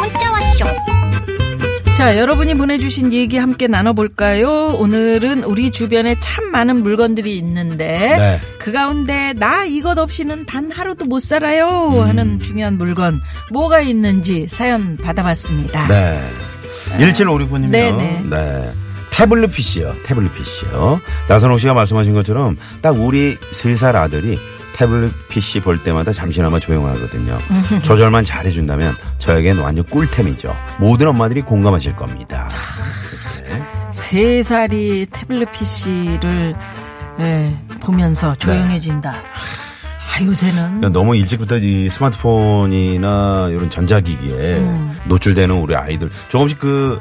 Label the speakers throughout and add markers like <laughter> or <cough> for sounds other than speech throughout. Speaker 1: 문자 왔쇼
Speaker 2: 자, 여러분이 보내주신 얘기 함께 나눠볼까요? 오늘은 우리 주변에 참 많은 물건들이 있는데,
Speaker 3: 네.
Speaker 2: 그 가운데 나 이것 없이는 단 하루도 못 살아요
Speaker 3: 음.
Speaker 2: 하는 중요한 물건, 뭐가 있는지 사연 받아봤습니다.
Speaker 3: 네. 1756번님이요.
Speaker 2: 네네.
Speaker 3: 네. 태블릿 PC요. 태블릿 PC요. 나선홍 씨가 말씀하신 것처럼 딱 우리 세 살 아들이 태블릿 PC 볼 때마다 잠시나마 조용하거든요. 조절만 잘해준다면 저에겐 완전 꿀템이죠. 모든 엄마들이 공감하실 겁니다.
Speaker 2: 세 살이 태블릿 PC를 예, 보면서 조용해진다. 아, 요새는.
Speaker 3: 네. 그러니까 너무 일찍부터 이 스마트폰이나 이런 전자기기에
Speaker 2: 음.
Speaker 3: 노출되는 우리 아이들 조금씩 그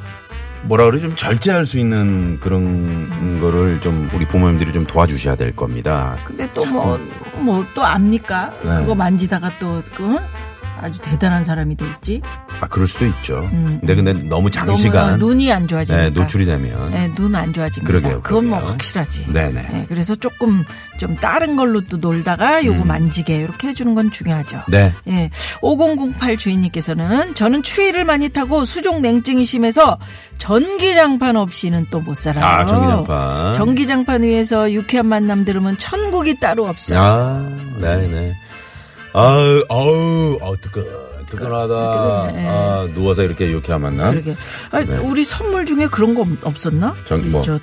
Speaker 3: 뭐라 그래 좀 절제할 수 있는 그런 거를 좀 우리 부모님들이 좀 도와주셔야 될 겁니다.
Speaker 2: 근데 또 뭐, 뭐 또 압니까?
Speaker 3: 네.
Speaker 2: 그거 만지다가 또, 그, 아주 대단한 사람이 될지.
Speaker 3: 아 그럴 수도 있죠.
Speaker 2: 음,
Speaker 3: 근데 근데 너무
Speaker 2: 너무
Speaker 3: 장시간
Speaker 2: 눈이 안 좋아지니까.
Speaker 3: 네, 노출이 되면
Speaker 2: 예, 눈 안 좋아집니다.
Speaker 3: 그러게요,
Speaker 2: 건뭐
Speaker 3: 그러게요.
Speaker 2: 확실하지.
Speaker 3: 네네.
Speaker 2: 네, 그래서 조금 좀 다른 걸로 또 놀다가 요거 만지게 이렇게 해주는 건 중요하죠.
Speaker 3: 음. 네.
Speaker 2: 예. 5008 주인님께서는 저는 추위를 많이 타고 수족 냉증이 심해서 전기장판 없이는 또 못 살아요.
Speaker 3: 아, 전기장판.
Speaker 2: 전기장판 위에서 유쾌한 만남 들으면 천국이 따로 없어요.
Speaker 3: 아 네네. 아우 아우 아우 뜨끈 뜨끈하다.
Speaker 2: 뜨끈해. 네.
Speaker 3: 아 누워서 이렇게 이렇게 하면
Speaker 2: 그러게. 아,
Speaker 3: 네.
Speaker 2: 우리 선물 중에 그런 거 없- 없었나?
Speaker 3: 전-
Speaker 2: 우리
Speaker 3: 뭐.
Speaker 2: 저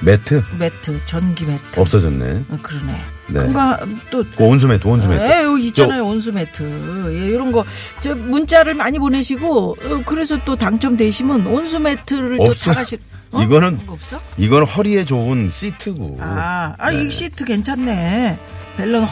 Speaker 3: 매트
Speaker 2: 매트, 전기 매트.
Speaker 3: 없어졌네.
Speaker 2: 어, 그러네.
Speaker 3: 네.
Speaker 2: 뭔가 또
Speaker 3: 그 온수 매트 온수 매트.
Speaker 2: 예, 여기 있잖아요 온수 매트. 예, 이런 거, 저 문자를 많이 보내시고 어, 그래서 또 당첨되시면 온수 매트를 또
Speaker 3: 없어.
Speaker 2: 사가실.
Speaker 3: 이거는-
Speaker 2: 그런 거 없어?
Speaker 3: 이건 허리에 좋은 시트고.
Speaker 2: 네. 아, 아,
Speaker 3: 네.
Speaker 2: 이 시트 괜찮네. 벨런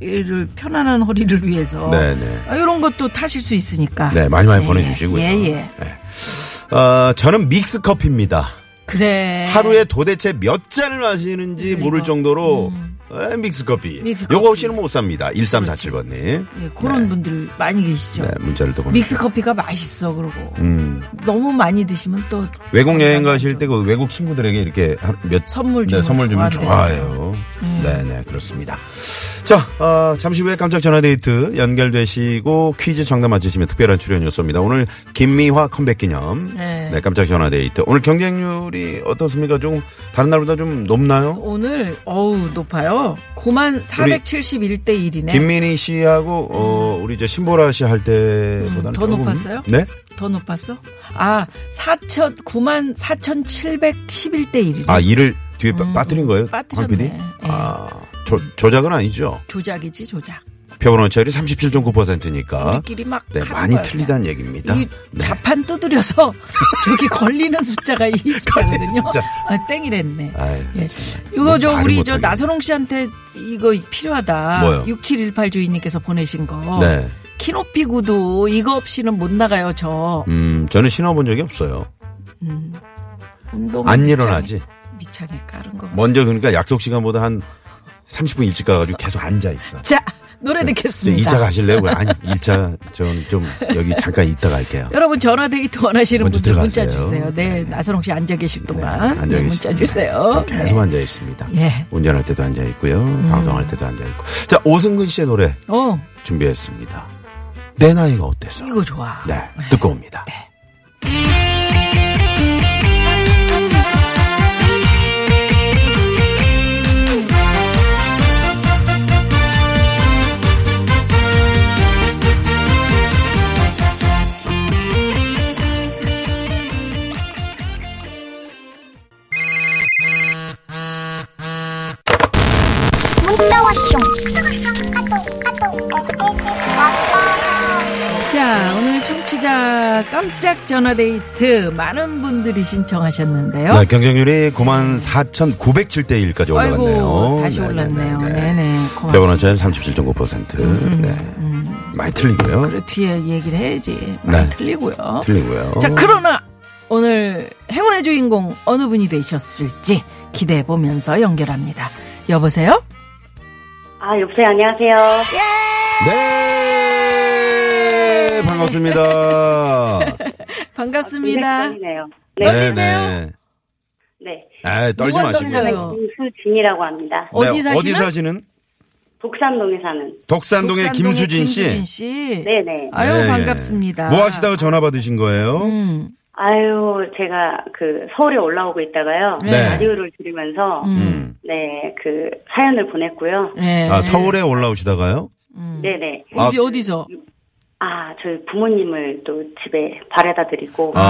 Speaker 2: 허리를 편안한 허리를 위해서.
Speaker 3: 네네.
Speaker 2: 아, 이런 것도 타실 수 있으니까.
Speaker 3: 네, 많이 많이
Speaker 2: 예,
Speaker 3: 보내주시고요.
Speaker 2: 예, 예.
Speaker 3: 네. 어, 저는 믹스 커피입니다.
Speaker 2: 그래.
Speaker 3: 하루에 도대체 몇 잔을 마시는지 모를 정도로 에, 믹스 커피.
Speaker 2: 네, 음. 믹스
Speaker 3: 요거
Speaker 2: 커피.
Speaker 3: 없이는 못 삽니다. 1347번님.
Speaker 2: 예, 그런
Speaker 3: 네.
Speaker 2: 분들 많이 계시죠.
Speaker 3: 네, 문자를 또 보내.
Speaker 2: 믹스 커피가 맛있어 그러고
Speaker 3: 음.
Speaker 2: 너무 많이 드시면 또
Speaker 3: 외국 여행 가실 때 그 외국 친구들에게 이렇게 한- 몇
Speaker 2: 선물
Speaker 3: 네,
Speaker 2: 주면
Speaker 3: 선물 주면
Speaker 2: 좋아한대잖아요. 음.
Speaker 3: 좋아요. 네, 네, 그렇습니다. 자, 어, 잠시 후에 깜짝 전화 데이트 연결되시고 퀴즈 정답 맞히시면 특별한 출연료 쏩니다. 오늘 김미화 컴백 기념.
Speaker 2: 네.
Speaker 3: 네, 깜짝 전화 데이트. 오늘 경쟁률이 어떻습니까? 조금 다른 날보다 좀 높나요?
Speaker 2: 오늘 어우 높아요. 9만 471대 1이네.
Speaker 3: 김민희 씨하고 어, 우리 저 신보라 씨 할 때보다는
Speaker 2: 음, 더
Speaker 3: 조금-
Speaker 2: 높았어요?
Speaker 3: 네.
Speaker 2: 더 높았어? 아, 4천 9만 4,711대 1이네.
Speaker 3: 아, 이를 뒤에 빠-
Speaker 2: 음,
Speaker 3: 빠뜨린
Speaker 2: 음,
Speaker 3: 거예요?
Speaker 2: 빠뜨렸네.
Speaker 3: 황 PD?
Speaker 2: 예.
Speaker 3: 아, 조, 조작은 아니죠.
Speaker 2: 조작이지 조작.
Speaker 3: 표본 오차율이 37.9%니까.
Speaker 2: 우리끼리 막
Speaker 3: 네,
Speaker 2: 하는
Speaker 3: 많이
Speaker 2: 거야,
Speaker 3: 틀리다는 얘기입니다. 네.
Speaker 2: 그냥. 이 자판 두드려서 <laughs> 저기 걸리는
Speaker 3: <laughs>
Speaker 2: 숫자가 이 숫자거든요.
Speaker 3: 숫자.
Speaker 2: 아, 땡이랬네.
Speaker 3: 아유,
Speaker 2: 예.
Speaker 3: 정말.
Speaker 2: 이거 저
Speaker 3: 말을
Speaker 2: 우리
Speaker 3: 못하겠네.
Speaker 2: 저 나선홍 씨한테 이거 필요하다.
Speaker 3: 뭐요?
Speaker 2: 6718 주인님께서 보내신 거.
Speaker 3: 네.
Speaker 2: 키높이 구두 이거 없이는 못 나가요 저.
Speaker 3: 음, 저는 신어본 적이 없어요.
Speaker 2: 운동
Speaker 3: 안
Speaker 2: 밑창에-
Speaker 3: 일어나지.
Speaker 2: 밑창에 깔은 거.
Speaker 3: 먼저 그러니까 약속 시간보다 한 30분 일찍 가가지고 계속 앉아 있어.
Speaker 2: 자 노래
Speaker 3: 저
Speaker 2: 듣겠습니다.
Speaker 3: 2차 가실래요?
Speaker 2: <laughs>
Speaker 3: 왜? 아니, 1차 저는 좀 여기 잠깐 있다 갈게요.
Speaker 2: 여러분 전화 데이트 원하시는
Speaker 3: 먼저
Speaker 2: 분들 문자
Speaker 3: 들어가세요.
Speaker 2: 주세요. 네, 나선홍 씨 앉아 계실
Speaker 3: 네,
Speaker 2: 동안 네, 문자
Speaker 3: 계십니다.
Speaker 2: 주세요. 네.
Speaker 3: 저 계속 앉아 있습니다.
Speaker 2: 예. 음.
Speaker 3: 운전할 때도 앉아 있고요. 방송할 때도 앉아 있고. 자, 오승근 씨의 노래
Speaker 2: 어
Speaker 3: 준비했습니다. 내 나이가 어때서?
Speaker 2: 이거 좋아.
Speaker 3: 네, 듣고 옵니다.
Speaker 1: 문자 왔쇼 까똑 까똑
Speaker 2: 자 오늘 청취자 깜짝 전화 데이트 많은 분들이 신청하셨는데요.
Speaker 3: 네, 경쟁률이 9만 4,907대 1까지 올라갔네요.
Speaker 2: 어? 아이고 다시 올랐네요. 네네. 고맙습니다.
Speaker 3: 병원 원차는 37.9%. 네. 많이 틀리고요.
Speaker 2: 음. 그래 뒤에 얘기를 해야지. 많이
Speaker 3: 네.
Speaker 2: 틀리고요.
Speaker 3: 틀리고요.
Speaker 2: 자, 그러나 오늘 행운의 주인공 어느
Speaker 4: <laughs>
Speaker 2: 분이 되셨을지 기대해 보면서 연결합니다. 여보세요?
Speaker 4: 아, 여보세요, 안녕하세요.
Speaker 3: 네! 반갑습니다.
Speaker 2: 반갑습니다.
Speaker 4: 아, 네요
Speaker 2: <laughs> 떨리세요?
Speaker 3: 네, 네.
Speaker 4: 네.
Speaker 3: 아, 떨지
Speaker 2: 뭐가
Speaker 3: 마시고.
Speaker 2: 떨려요?
Speaker 4: 김수진이라고 합니다.
Speaker 3: 네,
Speaker 2: 어디 사시나?
Speaker 3: 어디 사시는?
Speaker 4: 북산동에 사는.
Speaker 3: 독산동의 김수진 씨.
Speaker 2: 김수진 씨.
Speaker 4: 네네.
Speaker 2: 아유
Speaker 3: 네.
Speaker 2: 반갑습니다.
Speaker 3: 뭐 하시다가 전화 받으신 거예요?
Speaker 2: 음.
Speaker 4: 아유, 제가 그 서울에 올라오고 있다가요.
Speaker 3: 네.
Speaker 4: 라디오를 들으면서,
Speaker 3: 음.
Speaker 4: 네, 그 사연을 보냈고요.
Speaker 2: 네.
Speaker 3: 아, 서울에 올라오시다가요?
Speaker 2: 음.
Speaker 4: 네네.
Speaker 2: 어디 어디서?
Speaker 4: 아, 저희 부모님을 또 집에 바래다 드리고,
Speaker 3: 아.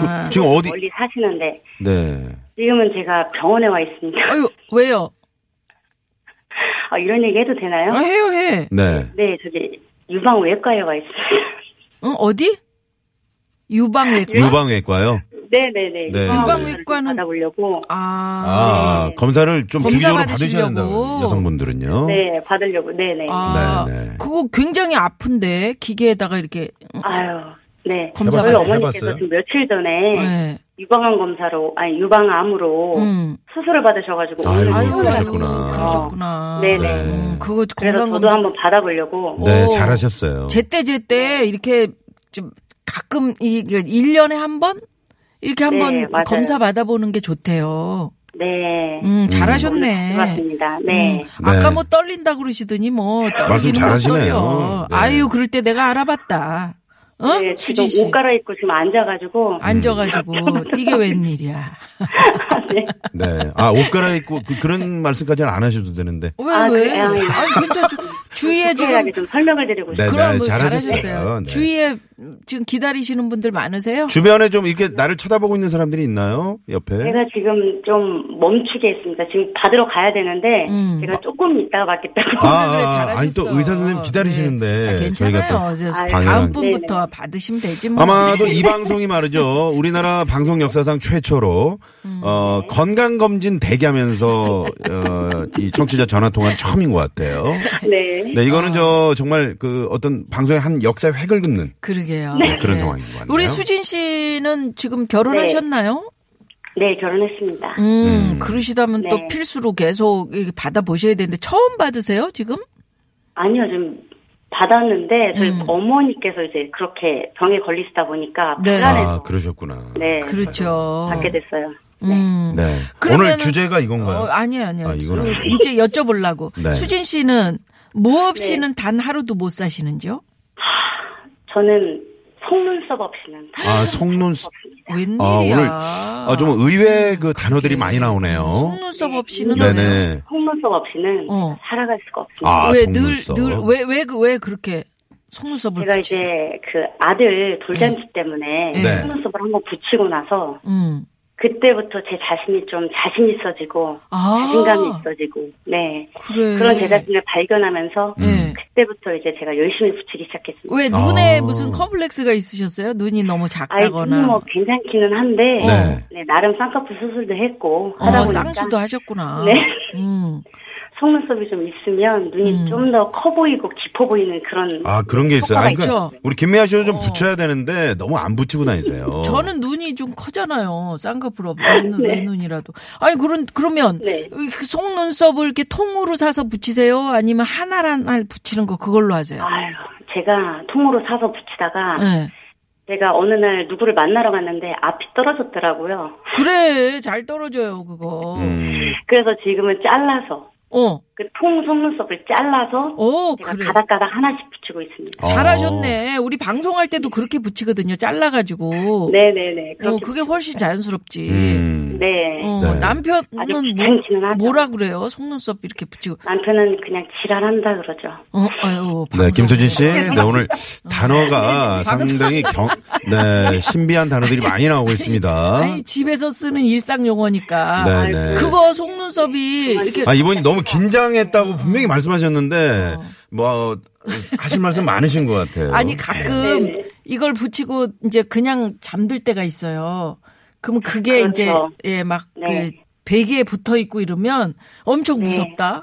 Speaker 2: 아.
Speaker 3: 그, 지금 어디?
Speaker 4: 멀리 사시는데,
Speaker 3: 네.
Speaker 4: 지금은 제가 병원에 와 있습니다.
Speaker 2: 아유 왜요?
Speaker 4: 아, 이런 얘기 해도 되나요?
Speaker 2: 아, 해요 해.
Speaker 3: 네.
Speaker 4: 네, 저기, 유방외과에 와 있습니다. <laughs>
Speaker 2: 응 어디? 유방외과.
Speaker 3: 유방외과요?
Speaker 4: 네네네.
Speaker 3: 네.
Speaker 2: 유방외과는-
Speaker 4: 받아보려고.
Speaker 2: 아.
Speaker 3: 아, 검사를 좀
Speaker 2: 검사
Speaker 3: 주기적으로
Speaker 2: 받으시려고.
Speaker 3: 받으셔야 된다고. 여성분들은요.
Speaker 4: 네, 받으려고. 네네. 아.
Speaker 2: 아,
Speaker 3: 네, 네.
Speaker 2: 그거 굉장히 아픈데 기계에다가 이렇게
Speaker 4: 유 네.
Speaker 2: 검사
Speaker 4: 저희
Speaker 2: 받아요?
Speaker 3: 해봤어요?
Speaker 4: 어머니께서 지금 며칠 전에
Speaker 2: 네.
Speaker 4: 유방암 검사로 아니 유방암으로
Speaker 2: 음.
Speaker 4: 수술을 받으셔가지고
Speaker 3: 아유,
Speaker 4: 오늘
Speaker 3: 아유, 그러셨구나.
Speaker 2: 아유, 그러셨구나.
Speaker 4: 네네.
Speaker 3: 네.
Speaker 2: 음, 그거
Speaker 4: 그래서
Speaker 2: 건강
Speaker 4: 저도 한번 받아보려고.
Speaker 3: 네,
Speaker 2: 오.
Speaker 3: 잘하셨어요.
Speaker 2: 제때 제때 이렇게 좀 가끔 이일 년에 한 번 이렇게 한 번
Speaker 4: 네, 맞아요.
Speaker 2: 검사 받아보는 게 좋대요.
Speaker 4: 네.
Speaker 2: 음,
Speaker 4: 것
Speaker 2: 잘하셨네.
Speaker 4: 같습니다. 네.
Speaker 2: 음, 아까
Speaker 3: 네.
Speaker 2: 뭐 떨린다 그러시더니 뭐
Speaker 3: 말씀
Speaker 2: 떨리긴
Speaker 3: 잘하시네요.
Speaker 2: 떨려.
Speaker 3: 네.
Speaker 2: 아유, 그럴 때 내가 알아봤다. 어?
Speaker 4: 네, 지금
Speaker 2: 수진 씨
Speaker 4: 옷 갈아입고 지금 앉아가지고.
Speaker 2: 앉아가지고 이게 웬일이야?
Speaker 4: 네.
Speaker 3: 네. 아, 옷 갈아입고 그, 그런 말씀까지는 안 하셔도 되는데.
Speaker 2: 왜
Speaker 4: 아,
Speaker 2: 왜?
Speaker 4: 그래요? 네,
Speaker 2: 아니 괜찮죠. 주위에 지금
Speaker 4: <laughs> 디테일하게 좀 설명을 드리고
Speaker 3: 네,
Speaker 4: 싶어요.
Speaker 2: 그럼 뭐
Speaker 3: 잘하셨어요.
Speaker 2: 잘하셨어요.
Speaker 3: 네.
Speaker 2: 주위에 지금 기다리시는 분들 많으세요?
Speaker 3: 주변에 좀 이렇게 나를 쳐다보고 있는 사람들이 있나요? 옆에?
Speaker 4: 제가 지금 좀 멈추게 했습니다. 지금 받으러 가야 되는데
Speaker 2: 음.
Speaker 4: 제가 조금 있다가 받겠다고.
Speaker 3: 아,
Speaker 2: 그래,
Speaker 3: 아,
Speaker 2: 잘하셨어.
Speaker 3: 아니 또 의사 선생님 기다리시는데
Speaker 2: 네. 아,
Speaker 3: 저희가 또
Speaker 2: 괜찮아요. 이제 다음
Speaker 3: 당연한-
Speaker 2: 분부터 네. 받으시면 되지 뭐.
Speaker 3: 아마도 이 방송이 말이죠. 우리나라 방송 역사상 최초로
Speaker 2: 음.
Speaker 3: 어, 건강 검진 대기하면서 어, 이 청취자 전화 통화 처음인 것 같아요.
Speaker 4: <laughs> 네.
Speaker 3: 네, 이거는 저 정말 그 어떤 방송의 한 역사 의 획을 긋는
Speaker 2: 그러게요.
Speaker 3: 네, 그런
Speaker 2: 네.
Speaker 3: 상황인 것 같네요.
Speaker 2: 우리 수진 씨는 지금 결혼하셨나요?
Speaker 4: 네, 결혼했습니다.
Speaker 2: 음, 그러시다면 또
Speaker 4: 네.
Speaker 2: 필수로 계속 이렇게 받아보셔야 되는데 처음 받으세요 지금?
Speaker 4: 아니요, 좀 받았는데 저희 어머니께서 이제 그렇게 병에 걸리시다 보니까
Speaker 2: 네.
Speaker 4: 불안해서
Speaker 3: 아 그러셨구나.
Speaker 4: 네,
Speaker 2: 그렇죠.
Speaker 4: 받게 됐어요.
Speaker 2: 음.
Speaker 3: 네.
Speaker 2: 그러면은-
Speaker 3: 오늘 주제가 이건가요?
Speaker 2: 어, 아니에요, 아니에요.
Speaker 3: 음. 아, 이건
Speaker 2: 어,
Speaker 3: 아니에요.
Speaker 2: 이제 여쭤보려고.
Speaker 3: 네.
Speaker 2: 수진 씨는 뭐 없이는 단 하루도 못 사시는지요?
Speaker 4: 저는 속눈썹 없이는 다
Speaker 3: 아 속눈썹.
Speaker 2: 웬일이야.
Speaker 3: 아 오늘 아, 좀 의외의 그 단어들이 많이 나오네요.
Speaker 2: 속눈썹 없이는 왜?
Speaker 3: 네네.
Speaker 4: 속눈썹 없이는
Speaker 2: 어.
Speaker 4: 살아갈 수가 없습니다.
Speaker 3: 아 속눈썹.
Speaker 2: 왜늘늘왜왜왜 왜 그렇게 속눈썹을
Speaker 4: 제가
Speaker 2: 붙이세요?
Speaker 4: 이제 그 아들 돌잔치 때문에
Speaker 3: 네.
Speaker 4: 속눈썹을 한번 붙이고 나서
Speaker 2: 음.
Speaker 4: 그때부터 제 자신이 좀 자신 있어지고
Speaker 2: 아.
Speaker 4: 자신감이 있어지고 네
Speaker 2: 그래.
Speaker 4: 그런 제 자신을 발견하면서
Speaker 3: 음.
Speaker 2: 네.
Speaker 4: 그때부터 이제 제가 열심히 붙이기 시작했습니다.
Speaker 2: 왜 눈에
Speaker 3: 아.
Speaker 2: 무슨 컴플렉스가 있으셨어요? 눈이 너무
Speaker 4: 아이
Speaker 2: 작다거나. 어,
Speaker 4: 눈뭐 괜찮기는 한데
Speaker 3: 네.
Speaker 4: 네, 나름 쌍꺼풀 수술도 했고
Speaker 2: 어,
Speaker 4: 하다 보니까
Speaker 2: 쌍수도 하셨구나.
Speaker 4: 네. <laughs>
Speaker 2: 음.
Speaker 4: 속눈썹이 좀 있으면 눈이 좀 더 커 보이고 깊어 보이는 그런
Speaker 3: 아 그런 게 있어요.
Speaker 2: 효과가
Speaker 3: 아, 그러니까
Speaker 2: 있죠. 어.
Speaker 3: 우리 김미아 씨도 좀 붙여야 되는데 너무 안 붙이고 다니세요.
Speaker 2: 저는 눈이 좀 커잖아요. 쌍꺼풀 없눈
Speaker 4: <laughs>
Speaker 2: 눈이라도. 아니 그런 그러면
Speaker 4: 네.
Speaker 2: 이 속눈썹을 이렇게 통으로 사서 붙이세요? 아니면 하나를 하나를 붙이는 거 그걸로 하세요?
Speaker 4: 아유 제가 통으로 사서 붙이다가
Speaker 2: 네.
Speaker 4: 제가 어느 날 누구를 만나러 갔는데 앞이 떨어졌더라고요.
Speaker 2: 그래 잘 떨어져요 그거.
Speaker 3: 음.
Speaker 4: 그래서 지금은 잘라서
Speaker 2: 어,
Speaker 4: 그 통 속눈썹을 잘라서
Speaker 2: 어
Speaker 4: 제가
Speaker 2: 그래.
Speaker 4: 가닥가닥 하나씩 붙이고 있습니다.
Speaker 3: 어.
Speaker 2: 잘하셨네. 우리 방송할 때도 그렇게 붙이거든요. 잘라가지고.
Speaker 4: 어. 네네네.
Speaker 2: 어,
Speaker 4: 그렇게
Speaker 2: 그게 훨씬 자연스럽지.
Speaker 3: 음.
Speaker 4: 네.
Speaker 2: 어,
Speaker 3: 네.
Speaker 2: 남편은
Speaker 4: 아주
Speaker 2: 뭐,
Speaker 4: 부지런하죠.
Speaker 2: 뭐라 그래요? 속눈썹 이렇게 붙이고.
Speaker 4: 남편은 그냥 지랄한다 그러죠.
Speaker 2: 어, 아유.
Speaker 3: 네,
Speaker 2: 방송.
Speaker 3: 김수진 씨, 네,
Speaker 2: <laughs>
Speaker 3: 오늘 단어가 상당히 경, 네, 신비한 단어들이 많이 나오고 있습니다.
Speaker 2: 아니, 집에서 쓰는 일상 용어니까.
Speaker 3: 네, 네.
Speaker 2: 그거 속눈썹이 이렇게.
Speaker 3: 아, 이번이 너무 긴장했다고 분명히 말씀하셨는데, 뭐, 하실 말씀 많으신 것
Speaker 4: 어,
Speaker 3: 같아요.
Speaker 2: 어.
Speaker 4: 네.
Speaker 2: 아니, 가끔 이걸 붙이고 이제 그냥 잠들 때가 있어요. 그럼 그게
Speaker 4: 그렇죠.
Speaker 2: 이제, 예, 막,
Speaker 4: 네.
Speaker 2: 그, 베개에 붙어 있고 이러면 엄청 무섭다.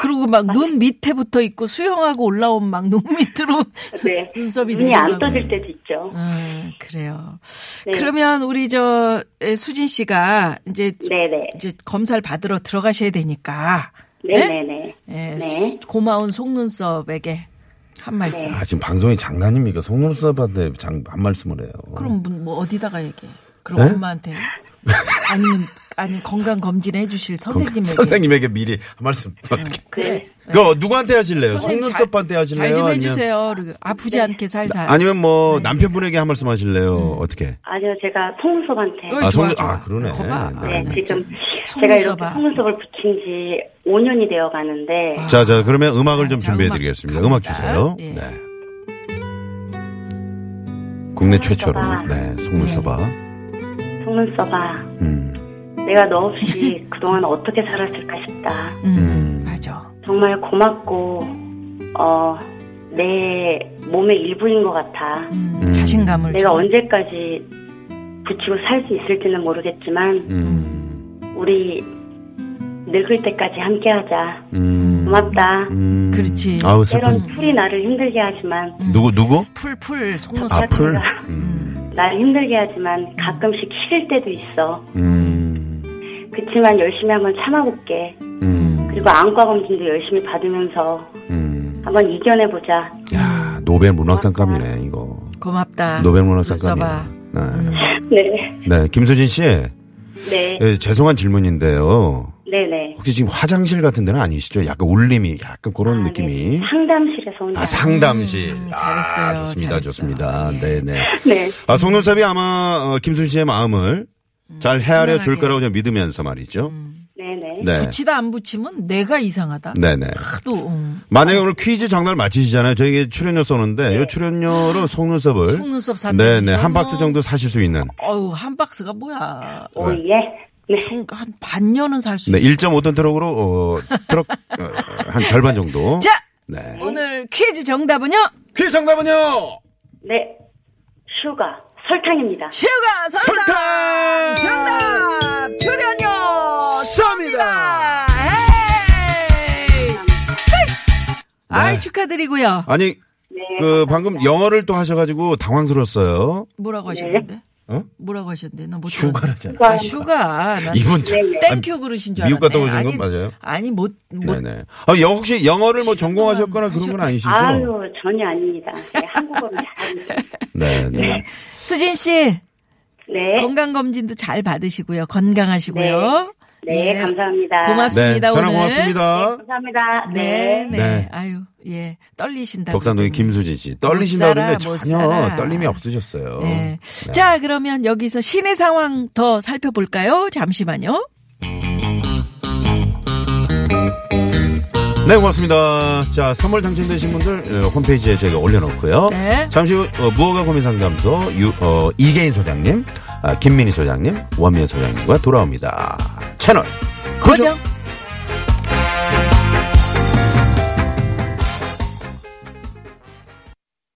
Speaker 2: 그리고 막 눈 밑에 붙어 있고 수영하고 올라온 막 눈 밑으로
Speaker 4: <laughs> 네.
Speaker 2: <laughs> 눈썹이
Speaker 4: 눈이 안
Speaker 2: 내려가고.
Speaker 4: 떠질 때도 있죠.
Speaker 2: 아, 그래요.
Speaker 4: 네.
Speaker 2: 그러면 우리 저 에, 수진 씨가 이제
Speaker 4: 네네.
Speaker 2: 이제 검사를 받으러 들어가셔야 되니까. 예?
Speaker 4: 네네네.
Speaker 2: 예,
Speaker 4: 네.
Speaker 2: 고마운 속눈썹에게 한 말씀.
Speaker 3: 아, 지금 방송이 장난입니까? 속눈썹한테 장, 한 말씀을 해요.
Speaker 2: 그럼 뭐, 뭐 어디다가 얘기해? 그럼
Speaker 3: 네?
Speaker 2: 엄마한테 아니면 아니 건강 검진 해주실 선생님에게. 네.
Speaker 3: 선생님에게 미리 한 말씀 어떻게.
Speaker 2: 그래.
Speaker 3: 그거 누구한테 하실래요?
Speaker 2: 선생님 잘-
Speaker 3: 속눈썹한테 하실래요?
Speaker 2: 잘좀
Speaker 3: 아니면- 네.
Speaker 2: 해주세요. 네. 그리고 아프지 않게 살살.
Speaker 3: 아니면 뭐 남편분에게 한 말씀 하실래요?
Speaker 2: 음.
Speaker 3: 어떻게?
Speaker 4: 아니요, 제가 속눈썹한테.
Speaker 2: 어이,
Speaker 3: 아,
Speaker 2: 좋아,
Speaker 3: 속눈-
Speaker 2: 좋아.
Speaker 3: 아, 그러네.
Speaker 2: 그거 봐. 음,
Speaker 3: 네,
Speaker 4: 네,
Speaker 3: 네.
Speaker 4: 지금
Speaker 2: 속눈썹아.
Speaker 4: 제가 이렇게 속눈썹을 붙인 지 5년이 되어 가는데.
Speaker 3: 자, 자, 그러면 음악을 좀
Speaker 2: 아, 자,
Speaker 3: 준비해
Speaker 2: 음악
Speaker 3: 드리겠습니다.
Speaker 2: 갑니다.
Speaker 3: 음악 주세요.
Speaker 2: 예.
Speaker 3: 네. 국내 최초로,
Speaker 4: 속눈썹아.
Speaker 3: 네, 속눈썹아.
Speaker 4: 속눈썹아,
Speaker 3: 음,
Speaker 4: 내가 너
Speaker 3: <laughs>
Speaker 4: 없이 그동안 어떻게 살았을까 싶다.
Speaker 2: 음,
Speaker 3: 음.
Speaker 2: 맞아.
Speaker 4: 정말 고맙고, 어, 내 몸의 일부인 것 같아.
Speaker 2: 음,
Speaker 3: 음.
Speaker 2: 자신감을.
Speaker 4: 내가
Speaker 2: 줘.
Speaker 4: 언제까지 붙이고 살 수 있을지는 모르겠지만,
Speaker 3: 음,
Speaker 4: 우리 늙을 때까지 함께 하자.
Speaker 3: 음.
Speaker 4: 고맙다.
Speaker 3: 음.
Speaker 2: 그렇지. 음.
Speaker 3: 아우,
Speaker 4: 때론
Speaker 3: 슬픈.
Speaker 4: 풀이 나를 힘들게 하지만,
Speaker 3: 누구, 누구?
Speaker 2: 풀풀 속눈썹.
Speaker 3: 아, 풀?
Speaker 4: 제가-
Speaker 3: 음,
Speaker 4: 나를 힘들게 하지만 가끔씩 싫을 때도 있어.
Speaker 3: 음,
Speaker 4: 그치만 열심히 한번 참아볼게.
Speaker 3: 음,
Speaker 4: 그리고 안과 검진도 열심히 받으면서
Speaker 3: 음.
Speaker 4: 한번 이겨내보자. <laughs>
Speaker 3: 야, 노벨 문학상감이네, 이거.
Speaker 2: 고맙다.
Speaker 3: 노벨
Speaker 2: 눈썹아.
Speaker 3: 문학상감이네. 네.
Speaker 2: 음.
Speaker 4: 네,
Speaker 3: 네, 김수진 씨.
Speaker 4: 네,
Speaker 3: 예, 죄송한 질문인데요.
Speaker 4: 네, 네.
Speaker 3: 혹시 지금 화장실 같은 데는 아니시죠? 약간 울림이, 약간 그런
Speaker 4: 아, 네.
Speaker 3: 느낌이.
Speaker 4: 상담실에서 혼자.
Speaker 3: 아, 상담실.
Speaker 2: 음,
Speaker 3: 아,
Speaker 2: 잘했어요.
Speaker 3: 좋습니다.
Speaker 2: 잘했어요.
Speaker 3: 좋습니다.
Speaker 2: 예.
Speaker 3: 네, 네.
Speaker 4: 네.
Speaker 3: 아, 속눈썹이 아마 어, 김순 씨의 마음을 잘 헤아려
Speaker 2: 편안하게.
Speaker 3: 줄
Speaker 2: 음.
Speaker 3: 거라고 좀 믿으면서 말이죠.
Speaker 4: 네네.
Speaker 3: 네.
Speaker 2: 붙이다 안 붙이면 내가 이상하다.
Speaker 3: 네, 네.
Speaker 2: 하도 음.
Speaker 3: 만약에 오늘 퀴즈 정답을 맞히시잖아요. 저에게 출연료 쏘는데 이 출연료로 속눈썹을
Speaker 2: 네. 아, 속눈썹 사는
Speaker 3: 네, 네. 한
Speaker 2: 이거는-
Speaker 3: 박스 정도 사실 수 있는
Speaker 2: 어우 한 박스가 뭐야?
Speaker 4: 오, 예. 네.
Speaker 2: 한, 한 반년은 살 수
Speaker 3: 네,
Speaker 2: 있어.
Speaker 3: 1.5톤 트럭으로 어, 트럭 어, 한 절반
Speaker 2: <laughs>
Speaker 3: 정도.
Speaker 2: 자
Speaker 3: 네.
Speaker 2: 오늘 퀴즈 정답은요.
Speaker 3: 퀴즈 정답은요.
Speaker 4: 네. 슈가. 설탕입니다.
Speaker 2: 슈가 설탕.
Speaker 3: 설탕!
Speaker 2: 정답 출연료 아,
Speaker 3: 쏩니다.
Speaker 2: 헤이! 아이 축하드리고요.
Speaker 3: 네. 아니
Speaker 4: 네.
Speaker 3: 그 방금 영어를 또 하셔가지고 당황스러웠어요.
Speaker 2: 뭐라고 하셨는데?
Speaker 3: 어?
Speaker 2: 뭐라고 하셨는데? 나못
Speaker 3: 휴가라잖아.
Speaker 2: 아 슈가. 난
Speaker 3: 이분 참.
Speaker 2: 땡큐 그러신 줄 알았네.
Speaker 3: 미국 갔다 오신 건
Speaker 2: 아니,
Speaker 3: 맞아요?
Speaker 2: 아니 못못
Speaker 3: 네네. 아, 영, 혹시 영어를 뭐 전공하셨거나 그런 건 아니시죠?
Speaker 4: 아유, 전혀 아닙니다. 네, 한국어는
Speaker 2: <laughs>
Speaker 4: 잘합니다.
Speaker 3: 네, 네.
Speaker 2: 수진 씨
Speaker 4: 네.
Speaker 2: 건강 검진도 잘 받으시고요. 건강하시고요.
Speaker 4: 네,
Speaker 2: 예.
Speaker 4: 감사합니다.
Speaker 2: 고맙습니다.
Speaker 3: 네, 전화
Speaker 2: 오늘.
Speaker 3: 고맙습니다.
Speaker 4: 감사합니다.
Speaker 2: 네, 네.
Speaker 3: 네.
Speaker 2: 아유, 예. 떨리신다.
Speaker 3: 덕산동의 김수진 씨. 떨리신다
Speaker 2: 못
Speaker 3: 그러는데
Speaker 2: 살아, 못
Speaker 3: 전혀
Speaker 2: 살아.
Speaker 3: 떨림이 없으셨어요.
Speaker 2: 네. 자, 그러면 여기서 시내 상황 더 살펴볼까요? 잠시만요.
Speaker 3: 네, 고맙습니다. 자, 선물 당첨되신 분들 어, 홈페이지에 저희가 올려놓고요.
Speaker 2: 네.
Speaker 3: 잠시 후 어, 무허가 고민 상담소 유, 어, 이계인 소장님, 아, 김민희 소장님, 원미애 소장님과 돌아옵니다. 채널
Speaker 2: 고정.